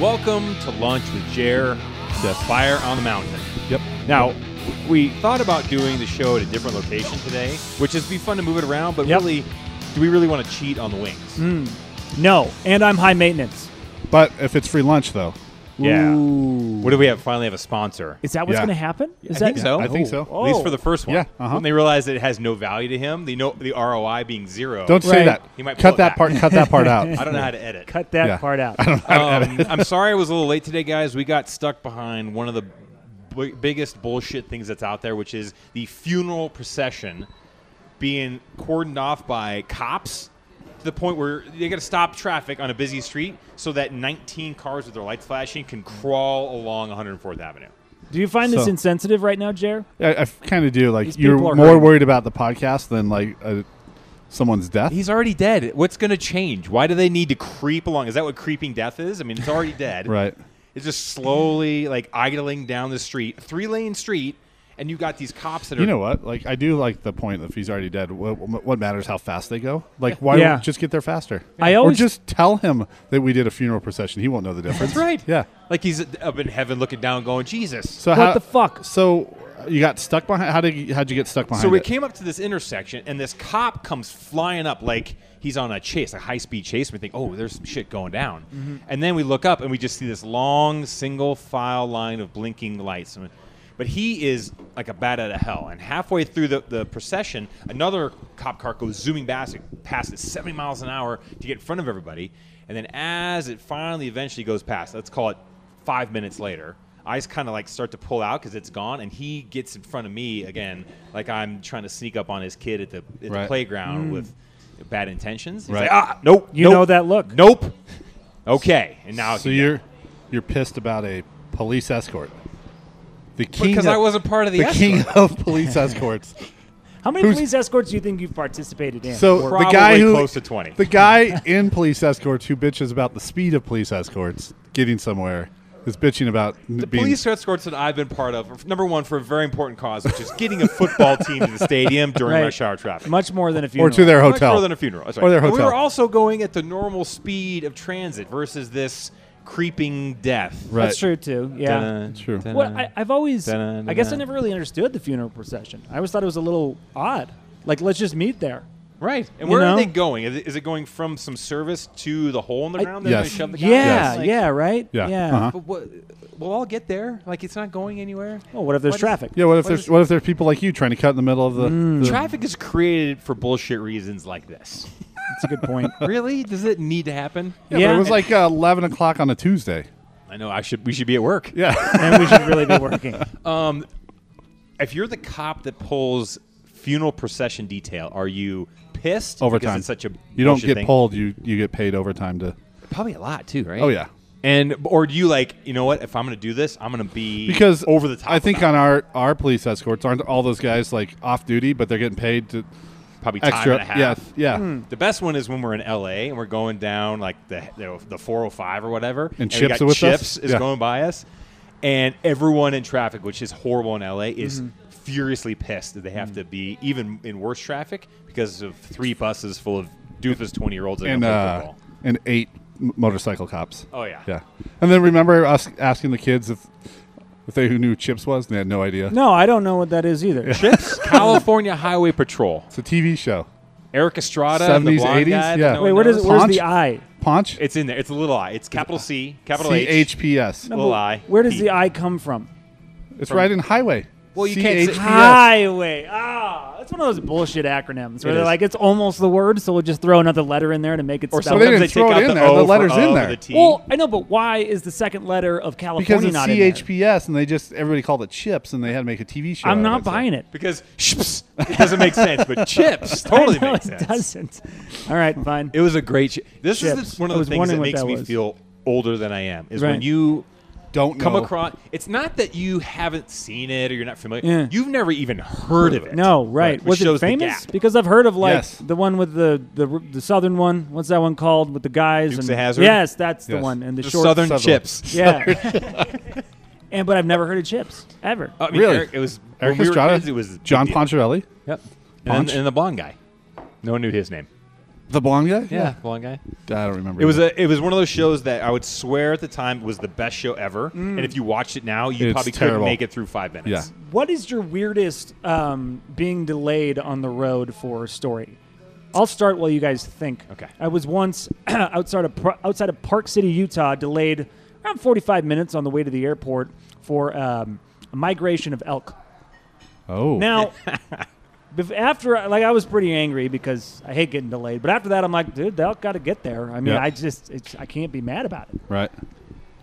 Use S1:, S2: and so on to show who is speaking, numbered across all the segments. S1: Welcome to Lunch with Jer, the Fire on the Mountain.
S2: Yep.
S1: Now, w- we thought about doing the show at a different location today, which is be fun to move it around, but
S2: Yep. Mm.
S1: really, do we really want to cheat on the wings?
S2: No, and I'm high maintenance.
S3: But if it's free lunch, though,
S1: Yeah.
S2: Ooh.
S1: What do we have? Finally, have a sponsor.
S2: Is that what's
S3: Yeah.
S2: going to happen? Is
S1: I
S2: that,
S1: think so.
S3: I think so.
S2: Oh.
S1: At least for the first one.
S3: Yeah, uh-huh.
S1: When they realize it has no value to him, the no, the ROI being zero.
S3: don't
S2: Right.
S3: say that.
S1: He might pull it
S3: cut
S1: back.
S3: that part. Cut that part out.
S1: I don't know how to edit.
S2: Cut that
S3: Yeah.
S2: part out.
S1: Um, I'm sorry I was a little late today, guys. We got stuck behind one of the b- biggest bullshit things that's out there, which is the funeral procession being cordoned off by cops to the point where they got to stop traffic on a busy street so that 19 cars with their lights flashing can crawl along 104th Avenue.
S2: Do you find this
S3: So-
S2: insensitive right now, Jer?
S3: I, I kind of do. Like
S2: These
S3: you're
S2: people are
S3: more
S2: hurting.
S3: worried about the podcast than like uh, someone's death.
S1: He's already dead. What's going to change? Why do they need to creep along? Is that what creeping death is? I mean, it's already dead.
S3: right.
S1: It's just slowly like idling down the street, three lane street, and you got these cops that are
S3: You know what? Like I do like the point that if he's already dead, what, what matters how fast they go? Like why
S2: Yeah.
S3: don't just get there faster?
S2: I always-
S3: or just tell him that we did a funeral procession. He won't know the difference.
S1: That's right.
S3: Yeah.
S1: Like he's up in heaven looking down, going, Jesus. So,
S3: So
S2: What
S3: how,
S2: the fuck?
S3: So uh, you got stuck behind? How did you, how'd you get stuck behind?
S1: we
S3: it?
S1: came up to this intersection, and this cop comes flying up like he's on a chase, a high speed chase. And we think, oh, there's some shit going down. And then we look up, and we just see this long single file line of blinking lights. And- But he is like a bat out of hell. And halfway through the, the procession, another cop car goes zooming past, past at 70 miles an hour to get in front of everybody. And then as it finally eventually goes past, let's call it five minutes later i just kind of like start to pull out because it's gone and he gets in front of me again like i'm trying to sneak up on his kid at the, at the
S3: Right.
S1: playground with bad intentions he's
S3: Right.
S1: like ah nope
S2: You
S1: nope,
S2: know that look.
S1: nope okay and now
S3: So you're you're pissed about a police escort. The king
S1: because
S3: of,
S1: i wasn't part of the,
S3: the king of police escorts.
S2: How many
S3: Who's-
S2: police escorts do you think you've participated in?
S3: So
S1: Probably
S3: the guy who
S1: close to 20.
S3: the guy in police escorts who bitches about the speed of police escorts getting somewhere is bitching about n-
S1: the
S3: being
S1: police escorts that i've been part of are, number one for a very important cause which is getting a football team to the stadium during
S2: Right.
S1: rush hour traffic
S2: much more than a few.
S3: or to their
S1: Much
S3: hotel
S1: more than a funeral. That's right.
S3: or their
S1: But We
S3: hotel.
S1: were also going at the normal speed of transit versus this creeping death.
S3: Right.
S2: That's true too. Yeah.
S1: Ta-da,
S3: True.
S1: ta-da.
S2: Well, I, I've always,
S1: Ta-da-da-da.
S2: I guess I never really understood the funeral procession. I always thought it was a little odd. Like, let's just meet there.
S1: Right. And
S2: You
S1: where are
S2: know?
S1: they going? Is it- is it going from some service to the hole in the
S2: I-
S1: ground? that they're gonna
S3: Yes.
S1: shove the guy in?
S2: Yeah,
S1: Like,
S2: yeah, right?
S3: Yeah,
S2: Yeah.
S3: uh-huh.
S1: But what, we'll all get there. Like it's not going anywhere.
S2: Well, Oh, what if there's
S1: What is-
S2: traffic?
S3: yeah, what if
S1: What
S3: there's
S1: is- Mm.
S3: what if there's people like you trying to cut in the middle of the, the-
S1: Traffic is created for bullshit reasons like this.
S2: That's a good point.
S1: really? Does it need to happen?
S3: Yeah, but it was like uh, eleven o'clock on a Tuesday.
S1: I know. I should. We should be at work.
S3: Yeah,
S2: and we should really be working.
S1: If you're the cop that pulls funeral procession detail, are you pissed? Because
S3: overtime.
S1: it's such a
S3: you don't
S1: bullshit
S3: get
S1: thing?
S3: pulled. You you get paid overtime to.
S1: Probably a lot too, right?
S3: Oh yeah,
S1: And or do you like you know what? If I'm gonna do this, I'm gonna be
S3: because
S1: over the top.
S3: I think
S1: about
S3: on our our police escorts aren't all those guys like off duty, but they're getting paid to
S1: it. probably time
S3: extra.
S1: and a half. Hmm.
S3: Yeah, yeah.
S1: The best one is when we're in LA and we're going down like the you know, the 405 or whatever, and, we
S3: Chips
S1: got
S3: are with us?
S1: Chips is
S3: Yeah.
S1: going by us, and everyone in traffic, which is horrible in LA, is
S3: Mm-hmm.
S1: furiously pissed that they have
S3: Mm.
S1: to be even in worse traffic because of three buses full of doofus 20 year olds
S3: and uh,
S1: football.
S3: and eight m- motorcycle cops.
S1: Oh yeah,
S3: Yeah, and then remember us asking the kids if if they who knew Chips was, and they had no idea.
S2: No, I don't know what that is either.
S3: uh,
S1: Chips, California Highway Patrol,
S3: It's a TV show.
S1: Eric Estrada, and the
S3: 70s,
S1: blonde
S3: 80s?
S1: guy. that
S3: Yeah.
S1: no
S2: Wait,
S1: one
S2: what is
S1: knows.
S2: it? Where's
S3: Punch?
S2: the I?
S3: Paunch.
S1: It's in there. It's a little I. It's capital C, capital
S3: C
S1: H.
S3: H P S.
S1: Little I.
S2: Where does the
S1: P.
S2: I come from?
S3: It's right in highway.
S1: Well, you can't say-
S3: CHPS.
S2: Highway. Ah, that's one of those bullshit acronyms where
S1: It
S2: they're
S1: is.
S2: like, it's almost the word, so we'll just throw another letter in there to make it.
S1: Or
S2: spell
S3: they
S1: sometimes
S2: it.
S3: didn't
S1: they take
S3: throw it
S1: out
S3: in
S1: the
S3: there.
S1: O
S3: The
S1: for
S3: letter's
S1: of
S3: in
S1: or
S3: there.
S1: the T.
S2: Well, I know, but why is the second letter of California
S3: because it's
S2: not in there?
S3: CHPS, and they just everybody called it Chips, and they had to make a TV show.
S2: I'm not buying it.
S1: because ships it doesn't make sense, but chips totally
S2: no,
S1: makes
S2: it
S1: sense.
S2: doesn't. All right, fine.
S1: It was a great. Sh- this is
S2: Chips.
S1: the, one
S2: I
S1: of the
S2: was
S1: things that
S2: wondering what
S1: makes
S2: that
S1: me
S2: was.
S1: feel older than I am. Is when
S2: Right.
S1: you
S3: Don't
S1: come
S3: know.
S1: across. It's not that you haven't seen it or you're not familiar.
S2: Yeah.
S1: You've never even heard of it.
S2: no, right.
S1: Which
S2: Was it
S1: shows the
S2: famous?
S1: gap.
S2: Because I've heard of like
S3: Yes.
S2: the one with the, the the southern one. What's that one called with the guys?
S1: Dukes
S2: and,
S1: of Hazzard?
S2: Yes, that's the
S3: Yes.
S2: one. And the,
S1: The
S2: short
S1: southern,
S3: Southern.
S1: chips.
S2: Yeah. and but I've never heard of chips ever.
S1: I mean,
S3: Really?
S1: Eric, it was
S3: Eric
S1: when we were
S3: Estrada.
S1: kids, it was a big
S3: John
S1: deal.
S3: Poncherelli.
S1: Yep. And,
S3: Ponch?
S1: and the blonde guy. No one knew his name.
S3: The blonde guy?
S1: Yeah, blonde guy.
S3: I don't remember.
S1: It was a it was one of those shows that I would swear at the time was the best show ever. And if you watched it now, you
S3: It's
S1: probably couldn't
S3: terrible.
S1: make it through five minutes.
S3: Yeah.
S2: What is your weirdest um, being delayed on the road for story? I'll start while you guys think.
S1: Okay.
S2: I was once outside of Par- outside of Park City, Utah, delayed around 45 minutes on the way to the airport for um, a migration of elk.
S3: Oh.
S2: Now, bef- after I- like I was pretty angry because I hate getting delayed, but after that I'm like, dude, the elk got to get there. I mean,
S3: Yeah.
S2: I just it's, I can't be mad about it.
S3: Right.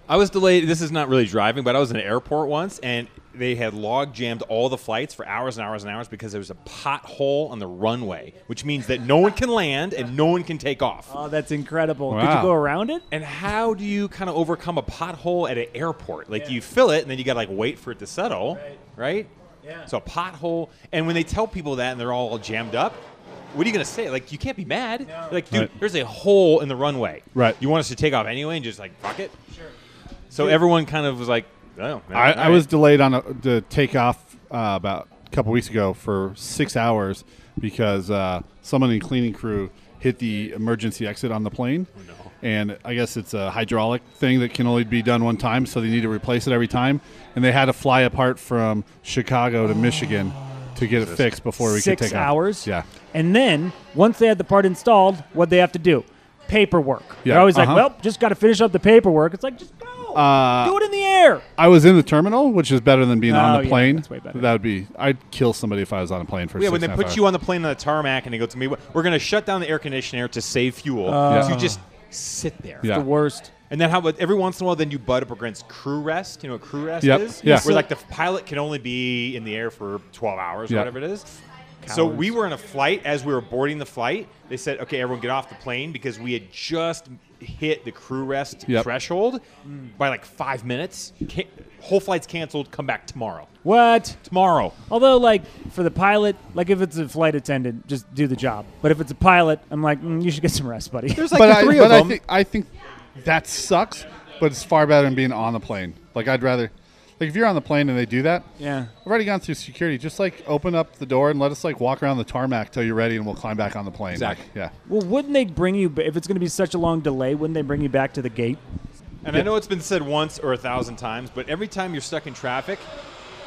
S1: I was delayed. This is not really driving, but I was in an airport once, and they had log jammed all the flights for hours and hours and hours because there was a pothole on the runway, which means that no one can land and no one can take off.
S2: Oh, that's incredible. Did you
S3: Wow.
S2: go around it?
S1: And how do you kind of overcome a pothole at an airport? Like you fill it, and then you got to like wait for it to settle, right?
S2: Yeah.
S1: So a pothole, and when they tell people that, and they're all jammed up. What are you gonna say? Like you can't be mad. Like dude,
S3: Right.
S1: there's a hole in the runway.
S3: Right.
S1: You want us to take off anyway, and just like fuck it. Sure. So everyone kind of was like, oh, man,
S3: I,
S1: all
S3: I
S1: right.
S3: was delayed on a, the takeoff uh, about a couple weeks ago for six hours because uh, someone in cleaning crew hit the emergency exit on the plane.
S1: Oh,
S3: And I guess it's a hydraulic thing that can only be done one time, so they need to replace it every time. And they had to fly apart from Chicago to Michigan to get it fixed before we
S2: six
S3: could take off.
S2: hours.
S3: Yeah.
S2: And then once they had the part installed, what they have to do? Paperwork. They're
S3: Yeah,
S2: always
S3: uh-huh.
S2: like, well, just got to finish up the paperwork. It's like, just go.
S3: Uh,
S2: do it in the air.
S3: I was in the terminal, which is better than being
S2: Oh,
S3: on the
S2: yeah,
S3: plane.
S2: that's way better.
S3: That would be. I'd kill somebody if I was on a plane for.
S1: Yeah,
S3: six
S1: when they
S3: and a
S1: put
S3: half
S1: you on the plane on the tarmac and they go to me, we're going to shut down the air conditioner to save fuel.
S3: Uh, Yeah.
S1: So you just sit there.
S3: Yeah.
S2: The worst.
S1: And then how about every once in a while, then you butt up against crew rest. You know what crew rest
S3: Yep.
S1: is?
S3: Yeah.
S1: Where like the pilot can only be in the air for 12 hours or
S3: Yeah.
S1: whatever it is. So we were in a flight. As we were boarding the flight, they said, okay, everyone get off the plane because we had just hit the crew rest
S3: Yep.
S1: threshold by like five minutes. Ca- whole flight's canceled. Come back tomorrow.
S2: What?
S1: Tomorrow.
S2: Although, like, for the pilot, like, if it's a flight attendant, just do the job. But if it's a pilot, I'm like, mm, you should get some rest, buddy.
S1: There's like
S3: but
S1: three
S3: I,
S1: of
S3: but
S1: them.
S3: I think I think that sucks. But it's far better than being on the plane. Like I'd rather, like if you're on the plane and they do that.
S2: Yeah.
S3: I've already gone through security. Just like open up the door and let us like walk around the tarmac till you're ready, and we'll climb back on the plane. Like,
S1: Exactly.
S3: yeah.
S2: Well, wouldn't they bring you, if it's going to be such a long delay, wouldn't they bring you back to the gate?
S1: And I know it's been said once or a thousand times, but every time you're stuck in traffic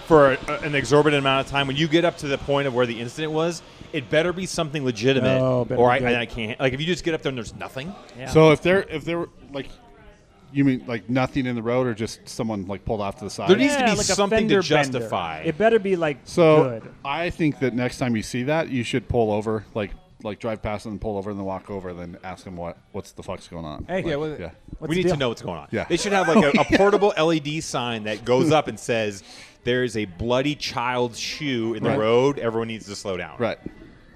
S1: for a, an exorbitant amount of time, when you get up to the point of where the incident was, it better be something legitimate,
S2: Oh, better
S1: or I,
S2: be good.
S1: and I can't. Like if you just get up there and there's nothing,
S2: Yeah.
S3: So if they're if they're like, you mean like nothing in the road or just someone like pulled off to the side?
S1: There needs to
S2: Yeah,
S1: be
S2: like a
S1: something to
S2: fender bender.
S1: justify.
S2: It better be, like,
S3: So
S2: good.
S3: I think that next time you see that, you should pull over, like like drive past them, pull over, and then walk over, and then ask them what what's the fuck's going on.
S2: Hey.
S3: Like,
S2: Yeah,
S1: well,
S3: yeah.
S2: What's
S1: we
S2: the
S1: need to
S2: deal?
S1: know what's going on.
S3: Yeah.
S1: They should have like a, a portable LED sign that goes up and says, "There's a bloody child's shoe in the
S3: Right.
S1: road. Everyone needs to slow down."
S3: right.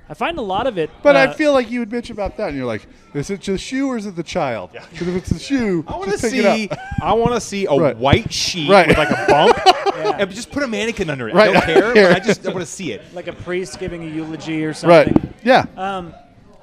S2: I find a lot of it.
S3: But I
S2: uh,
S3: feel like you would bitch about that, and you're like, is it the shoe or is it the child? Because if it's the shoe,
S1: I want to
S3: just pick it up.
S1: see. I want to see a
S3: Right.
S1: white sheet
S3: Right.
S1: with like a bump,
S2: Yeah.
S1: and just put a mannequin under it. I
S3: Right.
S1: don't care.
S3: Here.
S1: But I just I want to see it.
S2: like a priest giving a eulogy or
S3: Right.
S2: something.
S3: Yeah.
S2: Um,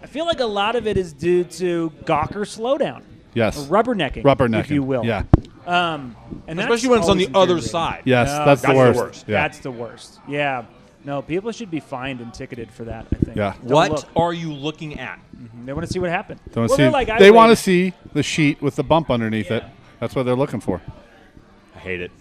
S2: I feel like a lot of it is due to Gawker slowdown.
S3: yes.
S2: Or rubbernecking.
S3: Rubbernecking,
S2: If you will.
S3: Yeah.
S2: Um, and that's
S1: especially when it's on
S2: always
S1: the other
S2: infuriating.
S1: side.
S3: Yes.
S2: No,
S3: that's the
S1: that's the
S3: worst.
S1: worst.
S3: Yeah.
S2: That's the worst. Yeah. No, people should be fined and ticketed for that, I think.
S3: Yeah.
S2: Don't
S1: What
S2: look.
S1: are you looking at?
S2: They want to see what happened.
S3: Don't
S2: well,
S3: see.
S2: they're like, I
S3: they want to
S2: waited-
S3: see the sheet with the bump underneath it. That's what they're looking for.
S1: I hate it.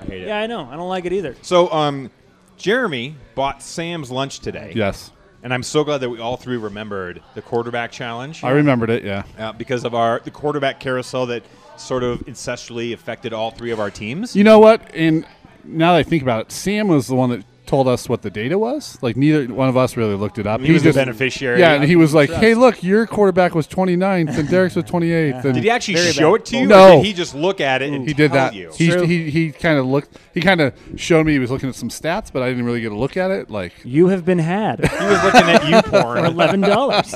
S1: I hate it.
S2: Yeah, I know. I don't like it either.
S1: So, um, Jeremy bought Sam's lunch today.
S3: Yes.
S1: And I'm so glad that we all three remembered the quarterback challenge
S3: I remembered it. Yeah.
S1: uh, because of our the quarterback carousel that sort of incestually affected all three of our teams.
S3: You know what? And now that I think about it, Sam was the one that told us what the data was. Like neither one of us really looked it up.
S1: He was the beneficiary.
S3: Yeah, and he was like, "Hey, look, your quarterback was 29th and Derek's was 28th." And
S1: Did he actually
S2: Very
S1: show
S2: bad.
S1: it to you?
S3: No.
S1: Or did he just look at it and
S3: he did
S1: tell
S3: that.
S1: you?
S3: He,
S2: True.
S3: he, he kind of looked. He kind of showed me he was looking at some stats, but I didn't really get a look at it. Like,
S2: You have been had.
S1: He was looking at you
S2: for
S1: porn.
S2: Eleven dollars.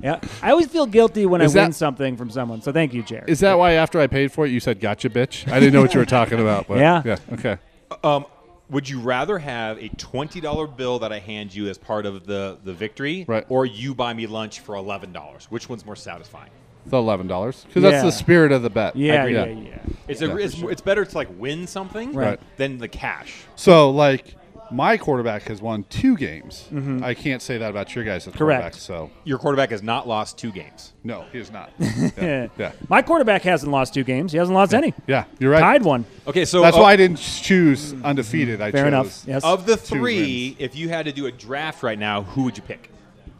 S2: yeah, I always feel guilty when
S3: Is
S2: I win
S3: that-
S2: something from someone. So thank you, Jared.
S3: is that why after I paid for it, you said "gotcha, bitch"? I didn't know what you were talking about. But
S2: Yeah.
S3: yeah, okay.
S1: Um, would you rather have a twenty dollar bill that I hand you as part of the the victory,
S3: Right.
S1: or you buy me lunch for eleven dollars? Which one's more satisfying?
S3: The eleven dollars because
S2: Yeah.
S3: that's the spirit of the bet.
S2: yeah,
S1: agree.
S2: yeah, yeah.
S1: It's a, it's, it's better to like win something
S2: Right.
S1: than the cash.
S3: So like, My quarterback has won two games.
S2: Mm-hmm.
S3: I can't say that about your guys' quarterback. So
S1: Your quarterback has not lost two games.
S3: no, he is not. Yeah, yeah,
S2: My quarterback hasn't lost two games. He hasn't lost any.
S3: yeah you're right.
S2: Tied one.
S1: Okay, so
S3: That's
S1: of,
S3: why I didn't choose undefeated. I
S2: Fair
S3: chose
S2: enough. Yes.
S1: of the
S3: Two
S1: three, if you had to do a draft right now, who would you pick?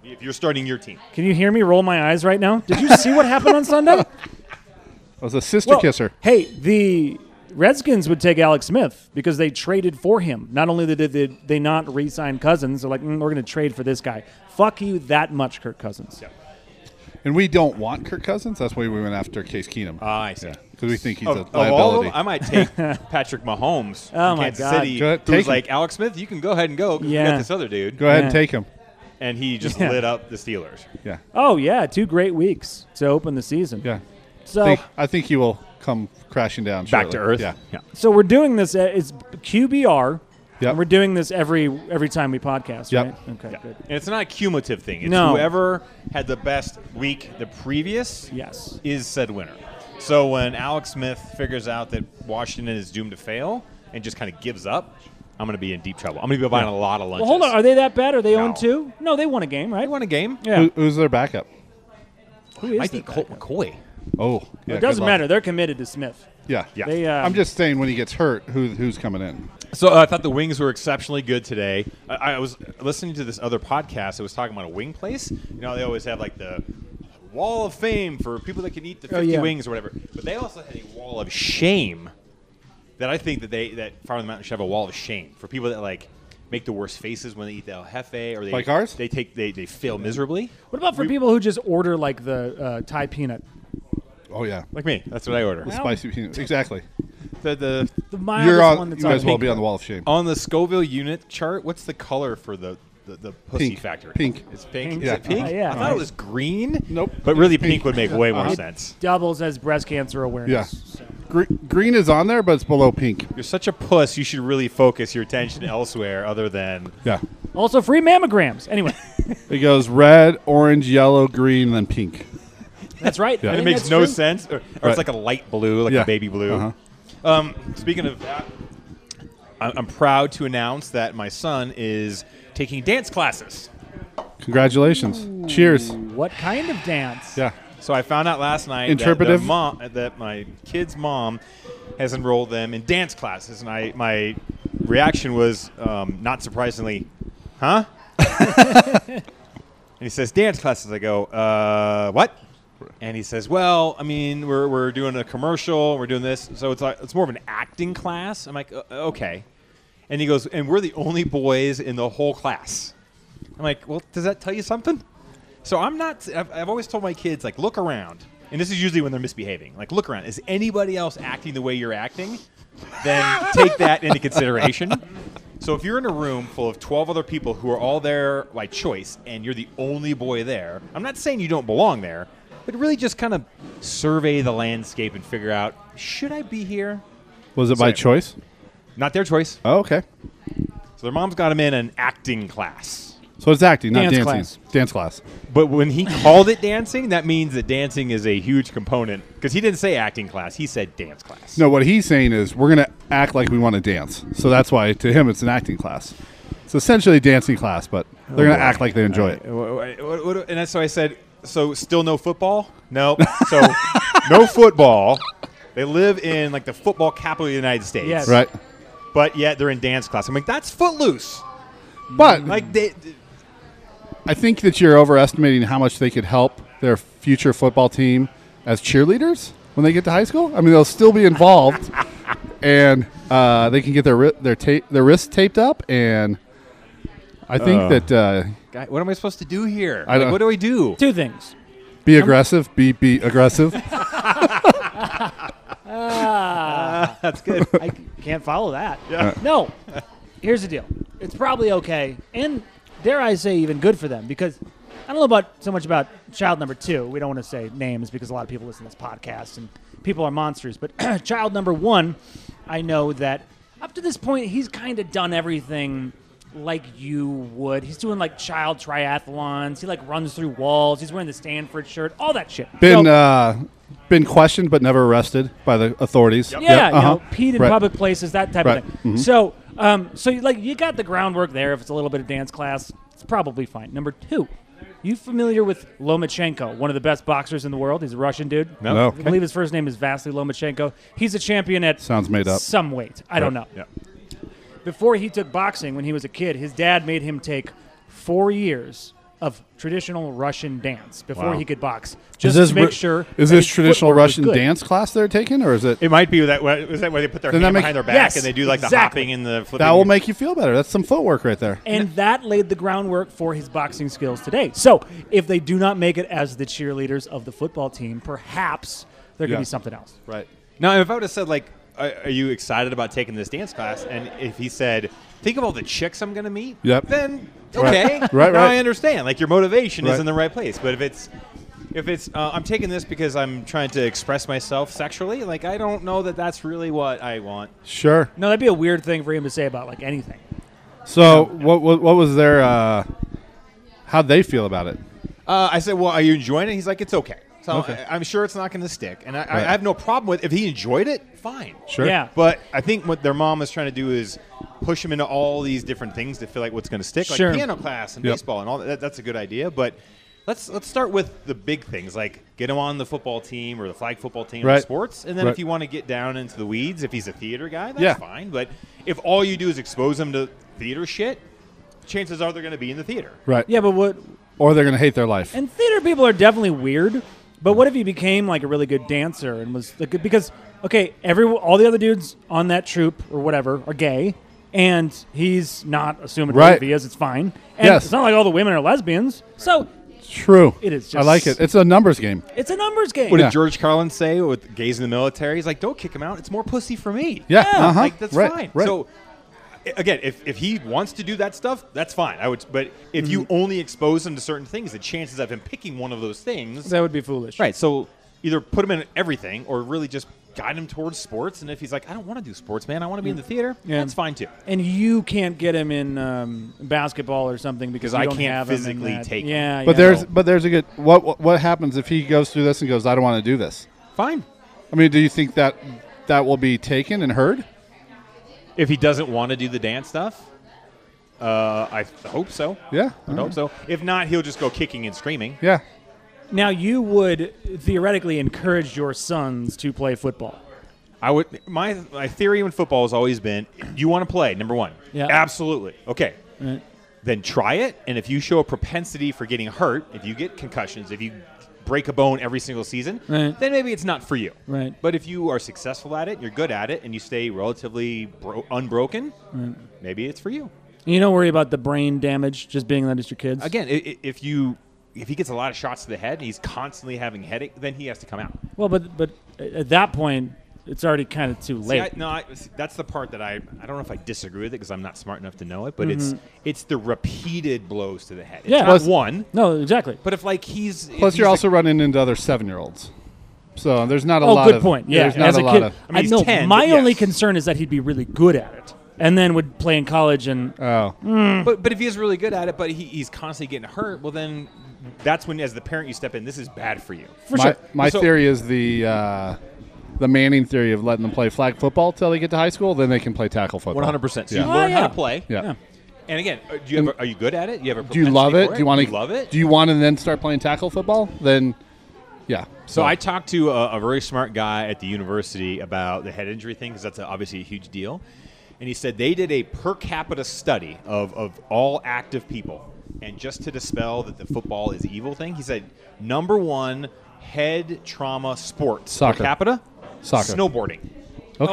S1: If you're starting your team,
S2: Can you hear me roll my eyes right now? Did you see what happened on Sunday?
S3: I was a sister
S2: Well,
S3: kisser.
S2: Hey, the Redskins would take Alex Smith because they traded for him. Not only did they, they not re-sign Cousins, they're like, "Mm, we're going to trade for this guy. Fuck you that much, Kirk Cousins.
S3: And we don't want Kirk Cousins. That's why we went after Case Keenum.
S1: Ah, I see.
S3: Because we think he's
S1: of,
S3: a
S1: of all of
S3: liability.
S1: them, I might take Patrick Mahomes
S2: Oh
S1: from
S2: my
S1: Kansas
S2: God.
S1: City,
S3: Go ahead, take
S1: who's
S3: him.
S1: like Alex Smith. You can go ahead and go. 'cause we
S2: Yeah.
S1: got this other dude,
S3: Go ahead
S2: Yeah.
S3: and take him.
S1: and he just
S2: Yeah.
S1: lit up the Steelers.
S3: Yeah.
S2: Oh yeah, two great weeks to open the season.
S3: Yeah.
S2: So
S3: Think- I think he will come crashing down.
S1: Back to
S3: shortly.
S1: earth.
S3: Yeah.
S2: so we're doing this. uh, It's QBR.
S3: Yep.
S2: And we're doing this every every time we podcast.
S3: Yep.
S2: Right? Okay. Good.
S1: And it's not a cumulative thing. It's
S2: No.
S1: whoever had the best week the previous
S2: Yes.
S1: is said winner. So when Alex Smith figures out that Washington is doomed to fail and just kind of gives up, I'm going to be in deep trouble. I'm going to be buying a lot of lunches.
S2: Well, hold on. Are they that bad? Are they
S1: No.
S2: on two? No, they won a game, right?
S1: they won a game?
S2: Yeah.
S3: Who, who's their backup?
S2: Who is
S1: Might be
S2: that
S1: Colt
S2: backup?
S1: McCoy.
S3: Oh, yeah,
S2: It doesn't
S3: good luck.
S2: matter. They're committed to Smith.
S3: Yeah,
S1: Yeah.
S2: They, uh,
S3: I'm just saying when he gets hurt, who who's coming in?
S1: So uh, I thought the wings were exceptionally good today. I, I was listening to this other podcast that was talking about a wing place. You know, they always have like the wall of fame for people that can eat the 50
S2: yeah.
S1: wings or whatever. But they also had a wall of shame that I think that they that Farm on the Mountain should have a wall of shame for people that like make the worst faces when they eat the El Jefe or they
S3: Like ours?
S1: They take they, they fail miserably.
S2: What about for people who just order like the uh, Thai peanut?
S3: Oh yeah,
S1: Like me. That's what I order.
S2: Wow.
S3: spicy peanuts. Exactly.
S1: The, the
S2: The mild
S3: You're on.
S2: one that's
S3: you might as well
S2: pink.
S3: be on the wall of shame.
S1: on the Scoville unit chart, what's the color for the the, the pussy
S3: Pink.
S1: factor?
S3: Pink.
S1: It's pink.
S2: Pink.
S1: Is it
S3: Yeah.
S1: pink?
S2: Uh, yeah.
S1: I thought it was green.
S3: Nope.
S1: But really, pink, would make way more
S3: Uh-huh.
S1: sense.
S2: Doubles as breast cancer awareness.
S3: Yeah.
S2: So-
S3: Gre- green is on there, but it's below pink.
S1: You're such a puss. You should really focus your attention elsewhere, other than
S3: Yeah.
S2: Also free mammograms. Anyway,
S3: It goes red, orange, yellow, green, then pink.
S2: that's right.
S3: Yeah.
S2: I
S1: it
S2: think
S1: makes
S2: that's
S1: no
S2: true.
S1: sense. Or, or
S3: Right.
S1: it's like a light blue, like
S3: Yeah.
S1: a baby blue.
S3: Uh-huh.
S1: Um, speaking of that, I- I'm proud to announce that my son is taking dance classes.
S3: Congratulations. Cheers.
S2: What kind of dance?
S3: Yeah.
S1: So I found out last night that their
S3: Interpretive?
S1: mom- that, my kid's mom has enrolled them in dance classes, and I my reaction was um, not surprisingly, huh? and he says dance classes. I go, uh, what? And he says, well, I mean, we're, we're doing a commercial, we're doing this, so it's like it's more of an acting class. I'm like, uh, okay. And he goes, and we're the only boys in the whole class. I'm like, well, does that tell you something? So I'm not. I've, I've always told my kids like, look around, and this is usually when they're misbehaving. Like, look around. Is anybody else acting the way you're acting? Then take that into consideration. So if you're in a room full of 12 other people who are all there by choice, and you're the only boy there, I'm not saying you don't belong there, but really just kind of survey the landscape and figure out should I be here?
S3: Was it by
S1: Sorry.
S3: choice?
S1: Not their choice.
S3: Oh, okay.
S1: So their mom's got him in an acting class.
S3: So it's acting, not
S2: Dance
S3: dancing.
S2: class.
S3: Dance class.
S1: But when he called it dancing, that means that dancing is a huge component because he didn't say acting class; he said dance class.
S3: No, what he's saying is we're going to act like we want to dance. So that's why to him it's an acting class. It's essentially a dancing class, but they're going to act like they enjoy it.
S1: Wh- wh- what- what- And that's so I said, so still no football? No. So no football. They live in like the football capital of the United States,
S2: Yes.
S3: Right.
S1: but yet they're in dance class. I'm like, that's footloose.
S3: But
S1: Like they,
S3: I think that you're overestimating how much they could help their future football team as cheerleaders when they get to high school. I mean, they'll still be involved, and uh, they can get their wri- their ta- their wrists taped up. And I think that uh,
S1: guy, what am I supposed to do here?
S3: I
S1: Like,
S3: don't-
S1: what do I do?
S2: Two things.
S3: be aggressive, be be aggressive.
S1: That's good.
S2: I c- can't follow that. Uh, No. Here's the deal. It's probably okay, and dare I say, even good for them because I don't know about so much about child number two. We don't want to say names because a lot of people listen to this podcast and people are monsters. But child number one, I know that up to this point, he's kind of done everything like you would. He's doing like child triathlons. He like runs through walls. He's wearing the Stanford shirt. All that shit.
S3: Been
S2: So-
S3: uh, been questioned but never arrested by the authorities.
S2: Yeah, you
S3: uh-huh.
S2: know, peed in
S3: Right.
S2: public places, that type
S3: Right. Mm-hmm.
S2: of thing. So Um, so you, like you got the groundwork there. If it's a little bit of dance class, it's probably fine. Number two, you familiar with Lomachenko, one of the best boxers in the world? He's a Russian dude.
S1: No.
S3: No.
S2: I believe his first name is Vasily Lomachenko. He's a champion at
S3: Sounds made up.
S2: some weight. I don't know.
S1: Yeah.
S2: Before he took boxing, when he was a kid, his dad made him take four years of traditional Russian dance before
S1: Wow.
S2: he could box,
S3: Is
S2: just
S3: this
S2: to make
S3: ru-
S2: sure.
S3: Is
S2: that
S3: this
S2: his
S3: traditional
S2: footwork was
S3: Russian
S2: good.
S3: dance class they're taking, or is it?
S1: It might be that. where- Is that where they put their
S3: Then
S1: hand
S3: that makes-
S1: behind their back
S2: Yes,
S1: and they do like the
S2: exactly.
S1: hopping and the flipping?
S3: that will make you feel better. That's some footwork right there.
S2: And that laid the groundwork for his boxing skills today. So, if they do not make it as the cheerleaders of the football team, perhaps there could
S3: Yeah.
S2: be something else.
S3: Right.
S1: Now, if I would have said like, "Are are you excited about taking this dance class?" and if he said, "Think of all the chicks I'm going to meet,"
S3: Yep.
S1: then
S3: Right.
S1: okay,
S3: Right,
S1: now
S3: right.
S1: I understand. Like your motivation
S3: Right.
S1: is in the right place. But if it's if it's uh, I'm taking this because I'm trying to express myself sexually, like I don't know that that's really what I want.
S3: Sure.
S2: No, that'd be a weird thing for him to say about like anything.
S3: So what, what what was their uh, how'd they feel about it?
S1: Uh, I said, "Well, are you enjoying it?" He's like, "It's okay." So
S3: Okay.
S1: I, I'm sure it's not going to stick, and I, I,
S3: Right.
S1: I have no problem with if he enjoyed it. Fine,
S3: Sure.
S2: Yeah.
S1: But I think what their mom was trying to do is push him into all these different things to feel like what's going to stick,
S2: Sure.
S1: like piano class and
S3: Yep.
S1: baseball and all that. That's a good idea, but let's let's start with the big things, like get him on the football team or the flag football team or
S3: Right.
S1: sports, and then
S3: Right.
S1: if you want to get down into the weeds, if he's a theater guy, that's
S3: Yeah.
S1: fine. But if all you do is expose him to theater shit, chances are they're going to be in the theater.
S3: Right.
S2: Yeah, but what?
S3: Or they're gonna hate their life.
S2: And theater people are definitely weird. But what if he became like a really good dancer and was like because okay, every all the other dudes on that troupe or whatever are gay, and he's not assuming
S3: Right.
S2: if he is, it's fine. And
S3: Yes.
S2: it's not like all the women are lesbians, so
S3: True.
S2: It is
S3: I like
S2: just-
S3: it. It's a numbers game.
S2: it's a numbers game.
S1: What
S3: Yeah.
S1: did George Carlin say with gays in the military? He's like, "Don't kick him out. It's more pussy for me."
S3: Yeah.
S2: Yeah,
S3: uh-huh.
S1: Like that's
S3: right.
S1: fine.
S3: Right.
S1: So a- again, if, if he wants to do that stuff, that's fine. I would, but if you
S3: Mm-hmm.
S1: only expose him to certain things, the chances of him picking one of those things,
S2: That would be foolish.
S1: right? So either put him in everything, or really just guide him towards sports. And if he's like, I don't want to do sports, man, I want to be in the theater,
S2: Yeah.
S1: that's fine too.
S2: And you can't get him in um, basketball or something because
S1: 'Cause I
S2: you don't
S1: can't
S2: have him in
S1: physically
S2: that.
S1: take him.
S2: Yeah,
S3: But
S2: yeah.
S3: there's but there's a good what what- what happens if he goes through this and goes I don't want to do this.
S1: Fine.
S3: I mean, do you think that that will be taken and heard?
S1: If he doesn't want to do the dance stuff, uh, I hope so.
S3: Yeah.
S1: I hope so. If not, he'll just go kicking and screaming.
S3: Yeah.
S2: now you would theoretically encourage your sons to play football.
S1: I would my my theory in football has always been you want to play number one.
S2: Yeah.
S1: Absolutely. Okay. Then try it, and if you show a propensity for getting hurt, if you get concussions, if you break a bone every single season,
S2: Right.
S1: then maybe it's not for you.
S2: Right.
S1: But if you are successful at it, you're good at it, and you stay relatively bro- unbroken, maybe it's for you.
S2: You don't worry about the brain damage just being that it's your kids.
S1: Again, i- i- if you if he gets a lot of shots to the head and he's constantly having headache, then he has to come out.
S2: Well, but but at that point, it's already kind of too
S1: See,
S2: late.
S1: I, no, I, see, that's the part that I I don't know if I disagree with it because I'm not smart enough to know it, but
S3: Mm-hmm.
S1: it's it's the repeated blows to the head. It's
S2: Yeah.
S1: not
S2: Plus-
S1: one.
S2: no, exactly.
S1: But if like he's
S3: Plus,
S1: he's
S3: you're
S1: the-
S3: also running into other seven year olds. So there's not a
S2: oh,
S3: lot.
S2: good
S3: of,
S2: point. Yeah,
S3: There's not
S2: as
S3: a,
S2: a,
S3: lot
S2: kid,
S3: of.
S1: I mean, he's
S2: no,
S1: 10,
S2: my
S1: but
S2: only
S1: yes.
S2: concern is that he'd be really good at it, and then would play in college and
S3: Oh.
S2: Mm,
S1: But but if he is really good at it, but he, he's constantly getting hurt, well then that's when as the parent you step in. This is bad for you.
S2: for
S3: my
S2: sure.
S3: my
S1: So-
S3: theory is the uh, the Manning theory of letting them play flag football till they get to high school, then they can play tackle football.
S1: 100. percent So
S3: Yeah.
S1: you
S2: Oh,
S1: learn
S2: yeah.
S1: how to play.
S3: Yeah.
S2: Yeah.
S1: And again, uh, do you have, a- are you good at it? Do you have a
S3: Do you love
S1: propensity
S3: it?
S1: for
S3: Do you want to
S1: love it?
S3: Do you want to then start playing tackle football? Then, yeah.
S1: So I talked to a, a very smart guy at the university about the head injury thing because that's a, obviously a huge deal. And he said they did a per capita study of, of all active people. And just to dispel that the football is evil thing, he said number one head trauma sport
S3: Soccer.
S1: per capita,
S3: Soccer.
S1: snowboarding.
S3: okay.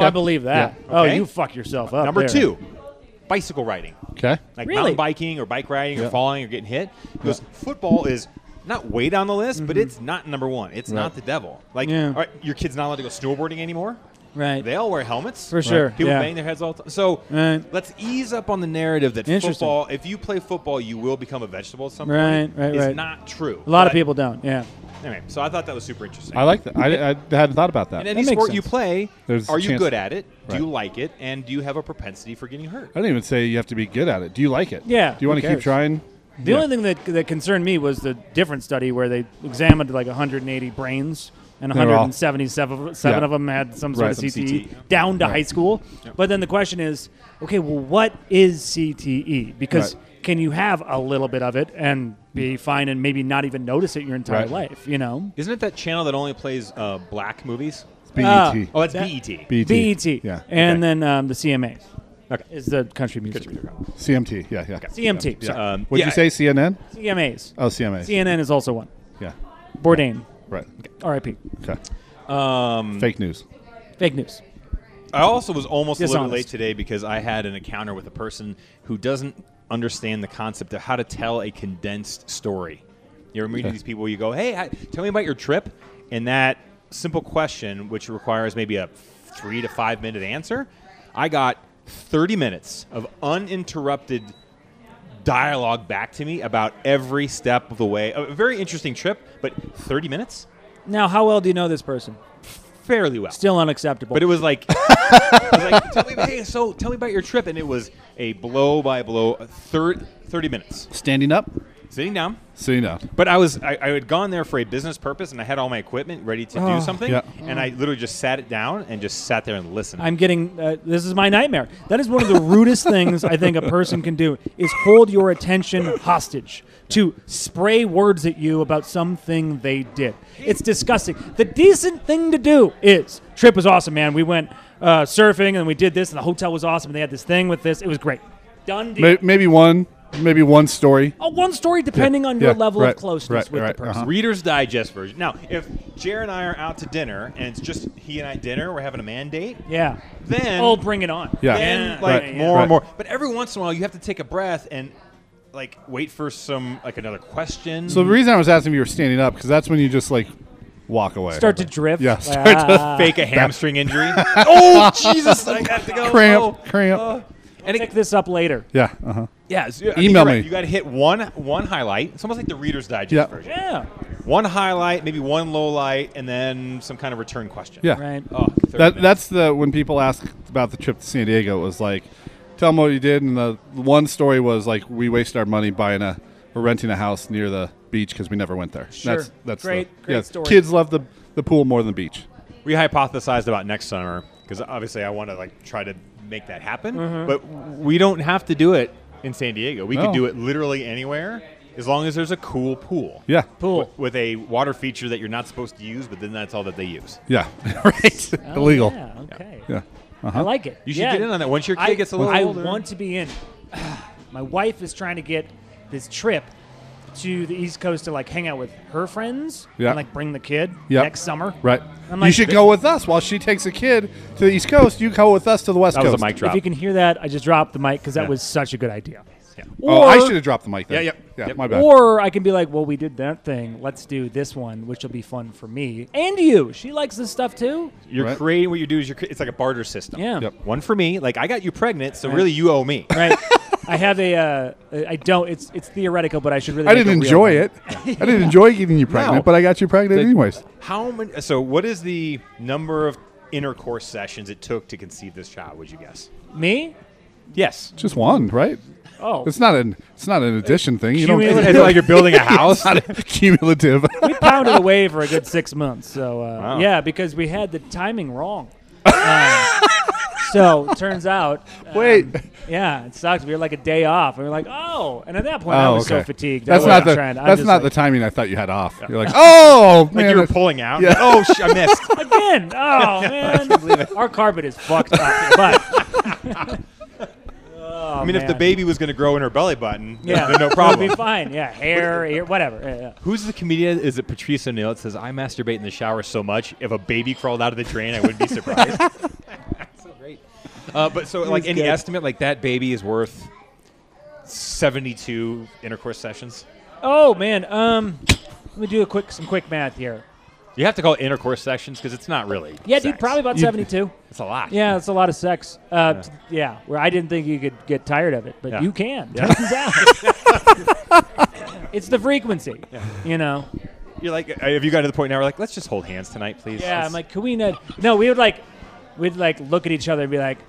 S2: Oh, I believe that.
S3: Yeah.
S2: Oh,
S1: Okay.
S2: you fuck yourself up.
S1: number
S2: there.
S1: two, bicycle riding,
S3: Okay.
S1: like
S2: Really?
S1: mountain biking or bike riding
S3: Yeah.
S1: or falling or getting hit. Because football is not way down the list, but it's not number one. It's
S3: Right.
S1: not the devil. Like,
S2: Mm-hmm. Yeah.
S1: all right, your kid's not allowed to go snowboarding anymore.
S2: right?
S1: They all wear helmets
S2: For sure,
S1: People
S2: yeah.
S1: bang their heads all the time. So
S2: Right.
S1: let's ease up on the narrative that
S2: Interesting.
S1: football. If you play football, you will become a vegetable at some
S2: Right,
S1: point.
S2: right,
S1: It's
S2: right.
S1: not true.
S2: a lot of
S1: But-
S2: people don't. Yeah.
S1: Anyway, so I thought that was super interesting.
S3: I like that. I, I hadn't thought about that.
S1: and
S3: I
S1: any
S2: makes
S1: sport you
S2: sense.
S1: play,
S3: There's a
S1: are you
S3: chance-
S1: good at it? Do
S3: Right.
S1: you like it? And do you have a propensity for getting hurt?
S3: didn't even say you have to be good at it. Do you like it?
S2: Yeah,
S3: Do you want
S2: who
S3: to keep
S2: cares?
S3: trying?
S2: The
S3: Yeah.
S2: only thing that, that concerned me was the different study where they examined like 180 brains and
S3: They were all-
S2: 177 seven
S3: Yeah.
S2: of them had some sort
S3: Right.
S2: of
S3: Some E.
S1: CTE.
S2: CTE down to high school. But then the question is, okay, well, what is CTE? Because
S3: Right.
S2: can you have a little bit of it and be fine and maybe not even notice it your entire
S3: Right.
S2: life? You know,
S1: Isn't it that channel that only plays uh, black movies?
S3: BET.
S2: Ah.
S1: Oh, that's
S2: That-
S1: BET.
S3: BET.
S2: BET,
S3: E Yeah.
S2: E and
S3: Okay.
S2: then um, the CMA
S1: Okay.
S2: is the country music.
S3: CMT. Yeah, yeah.
S2: CMT.
S3: Yeah.
S2: sorry.
S1: E Um,
S3: Would
S1: yeah,
S3: Um, you say CNN?
S2: CMAs.
S3: Oh, CMA.
S2: CNN is also one.
S3: yeah.
S2: Bourdain,
S3: Right.
S2: R.I.P.
S3: Okay.
S1: Um,
S3: Fake news.
S2: Fake news.
S1: I also was almost a little bit
S2: Dishonest.
S1: late today because I had an encounter with a person who doesn't understand the concept of how to tell a condensed story. You're meeting
S3: Okay.
S1: these people. You go, "Hey, I, tell me about your trip," and that simple question, which requires maybe a three to five minute answer, I got 30 minutes of uninterrupted dialogue back to me about every step of the way. A very interesting trip, but 30 minutes,
S2: Now, how well do you know this person?
S1: fairly well.
S2: Still unacceptable.
S1: But it was like, it was like tell me, hey, so tell me about your trip. And it was a blow by blow, a thir- 30 minutes
S3: Standing up.
S1: sitting down.
S3: Sitting down.
S1: But I was I, I had gone there for a business purpose and I had all my equipment ready to
S2: Oh.
S1: do something.
S3: Yeah.
S1: And I literally just sat it down and just sat there and listened.
S2: I'm getting uh, this is my nightmare. That is one of the rudest things I think a person can do is hold your attention hostage to spray words at you about something they did. It's disgusting. The decent thing to do is trip was awesome, man. We went uh, surfing and we did this, and the hotel was awesome. And they had this thing with this. It was great. Done deal.
S3: May- Maybe one. Maybe one story.
S2: A one story depending on your
S3: yeah,
S2: level
S3: right,
S2: of closeness
S3: right,
S2: with
S3: right,
S2: the person.
S3: uh-huh.
S1: Reader's Digest version. Now, if Jer and I are out to dinner and it's just he and I dinner, we're having a man date.
S2: Yeah.
S1: Then
S2: Oh, bring it on.
S3: Yeah.
S1: and
S2: Yeah,
S1: like
S2: yeah, yeah.
S1: more
S3: Right.
S1: and more. But every once in a while, you have to take a breath and like wait for some like another question.
S3: So the reason I was asking if you were standing up because that's when you just like walk away.
S2: Start to drift.
S3: Yeah,
S2: Like,
S3: start to
S2: ah.
S1: fake a hamstring injury. oh Jesus! I have to go.
S3: Cramp,
S1: Oh.
S3: cramp.
S1: Oh. and
S2: pick
S1: it,
S2: this up later.
S3: Yeah. Uh huh.
S1: yeah, so, I mean,
S3: Email
S1: you're
S3: me.
S1: right. You got to hit one one highlight. It's almost like the Reader's Digest
S3: Yeah.
S1: version.
S2: Yeah.
S1: One highlight, maybe one low light, and then some kind of return question.
S3: Yeah.
S2: Right.
S1: Oh, 30
S3: That
S1: minutes.
S3: that's the when people ask about the trip to San Diego it was like, tell them what you did, and the one story was like we wasted our money buying a or renting a house near the beach because we never went there.
S2: Sure.
S3: That's that's the-
S2: Great- great
S3: yeah,
S2: story.
S3: Kids love the the pool more than the beach.
S1: we hypothesized about next summer because obviously I want to like try to make that happen, but we don't have to do it in San Diego. We
S3: No.
S1: could do it literally anywhere as long as there's a cool pool.
S3: Yeah.
S2: Pool.
S1: With, with a water feature that you're not supposed to use, but then that's all that they use.
S3: Yeah. right.
S2: Oh,
S3: Illegal.
S2: Yeah, okay.
S3: Yeah.
S2: I like it.
S1: uh-huh. You should
S2: Yeah.
S1: get in on that once your kid
S2: I,
S1: gets a little
S2: I
S1: older.
S2: want to be in. My wife is trying to get this trip to the East Coast to like hang out with her friends
S3: Yeah.
S2: and like bring the kid
S3: Yep.
S2: next summer.
S3: Right.
S2: I'm
S3: you
S2: like-
S3: should go with us while she takes a kid to the East Coast. You go with us to the West
S1: That
S3: Coast.
S1: was a mic drop.
S2: If you can hear that, I just dropped the mic because that
S1: Yeah.
S2: was such a good idea.
S1: Yeah.
S3: Oh,
S2: Or-
S3: I should have dropped the mic. Then.
S1: Yeah, yep.
S3: Yeah.
S1: Yep.
S3: My bad.
S2: Or I can be like, well, we did that thing. Let's do this one, which will be fun for me and you. She likes this stuff too.
S1: You're
S3: Right.
S1: creating what you do is you're cre- it's like a barter system.
S2: Yeah.
S3: Yep.
S1: One for me, like I got you pregnant, so really you owe me.
S2: Right. I have a. Uh, I don't. It's it's theoretical, but I should really.
S3: I
S2: make
S3: didn't
S2: a real
S3: enjoy
S2: one.
S3: it. I didn't enjoy getting you pregnant,
S1: No.
S3: but I got you pregnant
S1: Like-
S3: anyways.
S1: How many? So what is the number of intercourse sessions it took to conceive this child? Would you guess?
S2: Me?
S1: Yes.
S3: Just one, right?
S2: Oh,
S3: It's not an it's not an addition thing. You don't
S2: Cumulative.
S1: It's like you're building a house.
S3: cumulative.
S2: we pounded away for a good six months. So uh,
S1: Wow.
S2: yeah, because we had the timing wrong. Um, so turns out, um,
S3: Wait.
S2: yeah, it sucks. We were like a day off, and we were like, oh. And at that point, I
S3: Oh,
S2: was so
S3: okay.
S2: fatigued.
S3: That's
S2: I
S3: not
S2: wasn't
S3: the
S2: trying. I'm
S3: that's
S2: just
S3: not the
S2: like,
S3: timing I thought you had off. You're like, oh
S1: Like
S3: man,
S1: you were
S3: that's-
S1: pulling out. Yeah. Oh, sh- I missed.
S2: again. Oh man, our carpet is fucked up. But
S1: I mean, if the
S2: man.
S1: baby was going to grow in her belly button,
S2: yeah,
S1: then no
S2: It'll
S1: problem.
S2: be fine. Yeah, hair, ear, whatever. Yeah, yeah.
S1: Who's the comedian? Is it Patrice O'Neill? It says, "I masturbate in the shower so much. If a baby crawled out of the drain, I wouldn't be surprised." so great. Uh, but so, like,
S2: was
S1: any
S2: good.
S1: estimate, like that baby is worth seventy-two intercourse sessions.
S2: Oh man. Um, let me do a quick some quick math here.
S1: You have to call it intercourse sessions because it's not really.
S2: Yeah,
S1: sex.
S2: dude, probably about seventy-two.
S1: It's a lot.
S2: Yeah, it's a lot of sex. Uh, t- yeah. where I didn't think you could get tired of it, but
S1: Yeah.
S2: you can.
S1: Yeah.
S2: Turns out. it's the frequency, you know.
S1: You're like, uh, have you gotten to the point now? Where like, let's just hold hands tonight, please.
S2: Yeah,
S1: Let's-
S2: I'm like, can we not? No, we would like, we'd like look at each other and be like,